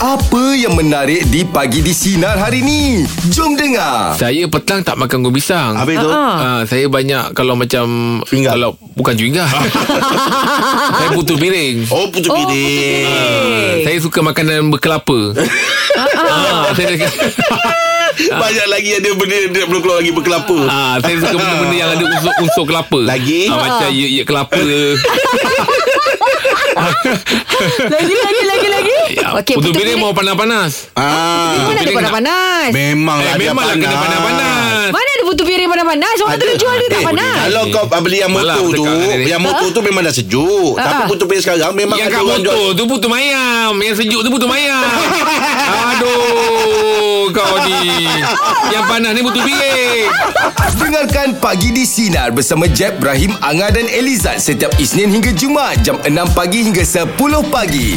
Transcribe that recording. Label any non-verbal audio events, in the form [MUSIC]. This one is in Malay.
Apa yang menarik di pagi di sinar hari ni? Jom dengar. Saya petang tak makan goreng pisang. Habis tu Ah. Uh, saya banyak kalau macam Chewing gum. kalau bukan [LAUGHS] cuingga. saya putus piring. Oh putu piring Oh, Uh, putih. saya suka makanan [LAUGHS] berkelapa. Ah, saya Banyak lagi ada benda yang Dia belum keluar lagi berkelapa [LAUGHS] ah, saya suka benda-benda yang ada unsur, unsur kelapa. Lagi? Ah, macam ye ye [LAUGHS] kelapa. Lagi, lagi, lagi, lagi. Okey, putus putu Ya, piring piring. mau panas-panas. Ah, Mana ada piring nak- panas-panas? Memanglah Eh, dia memanglah kena panas-panas. Mana ada putu piring panas-panas? Orang tu dia jual dia tak Eh, panas. Kalau kau beli yang Malam motor tu cakap dengan dia. Yang motor tu memang dah sejuk Ah, Tapi ah. putu piring sekarang Memang Yang ada kat orang motor jual tu putu mayam Yang sejuk tu putu [LAUGHS] mayam Aduh Kau ni Yang panas ni putu piring Dengarkan Pagi di Sinar bersama Jeb, Ibrahim, Anga dan Elizad setiap Isnin hingga Jumaat jam 6 pagi hingga 10 pagi.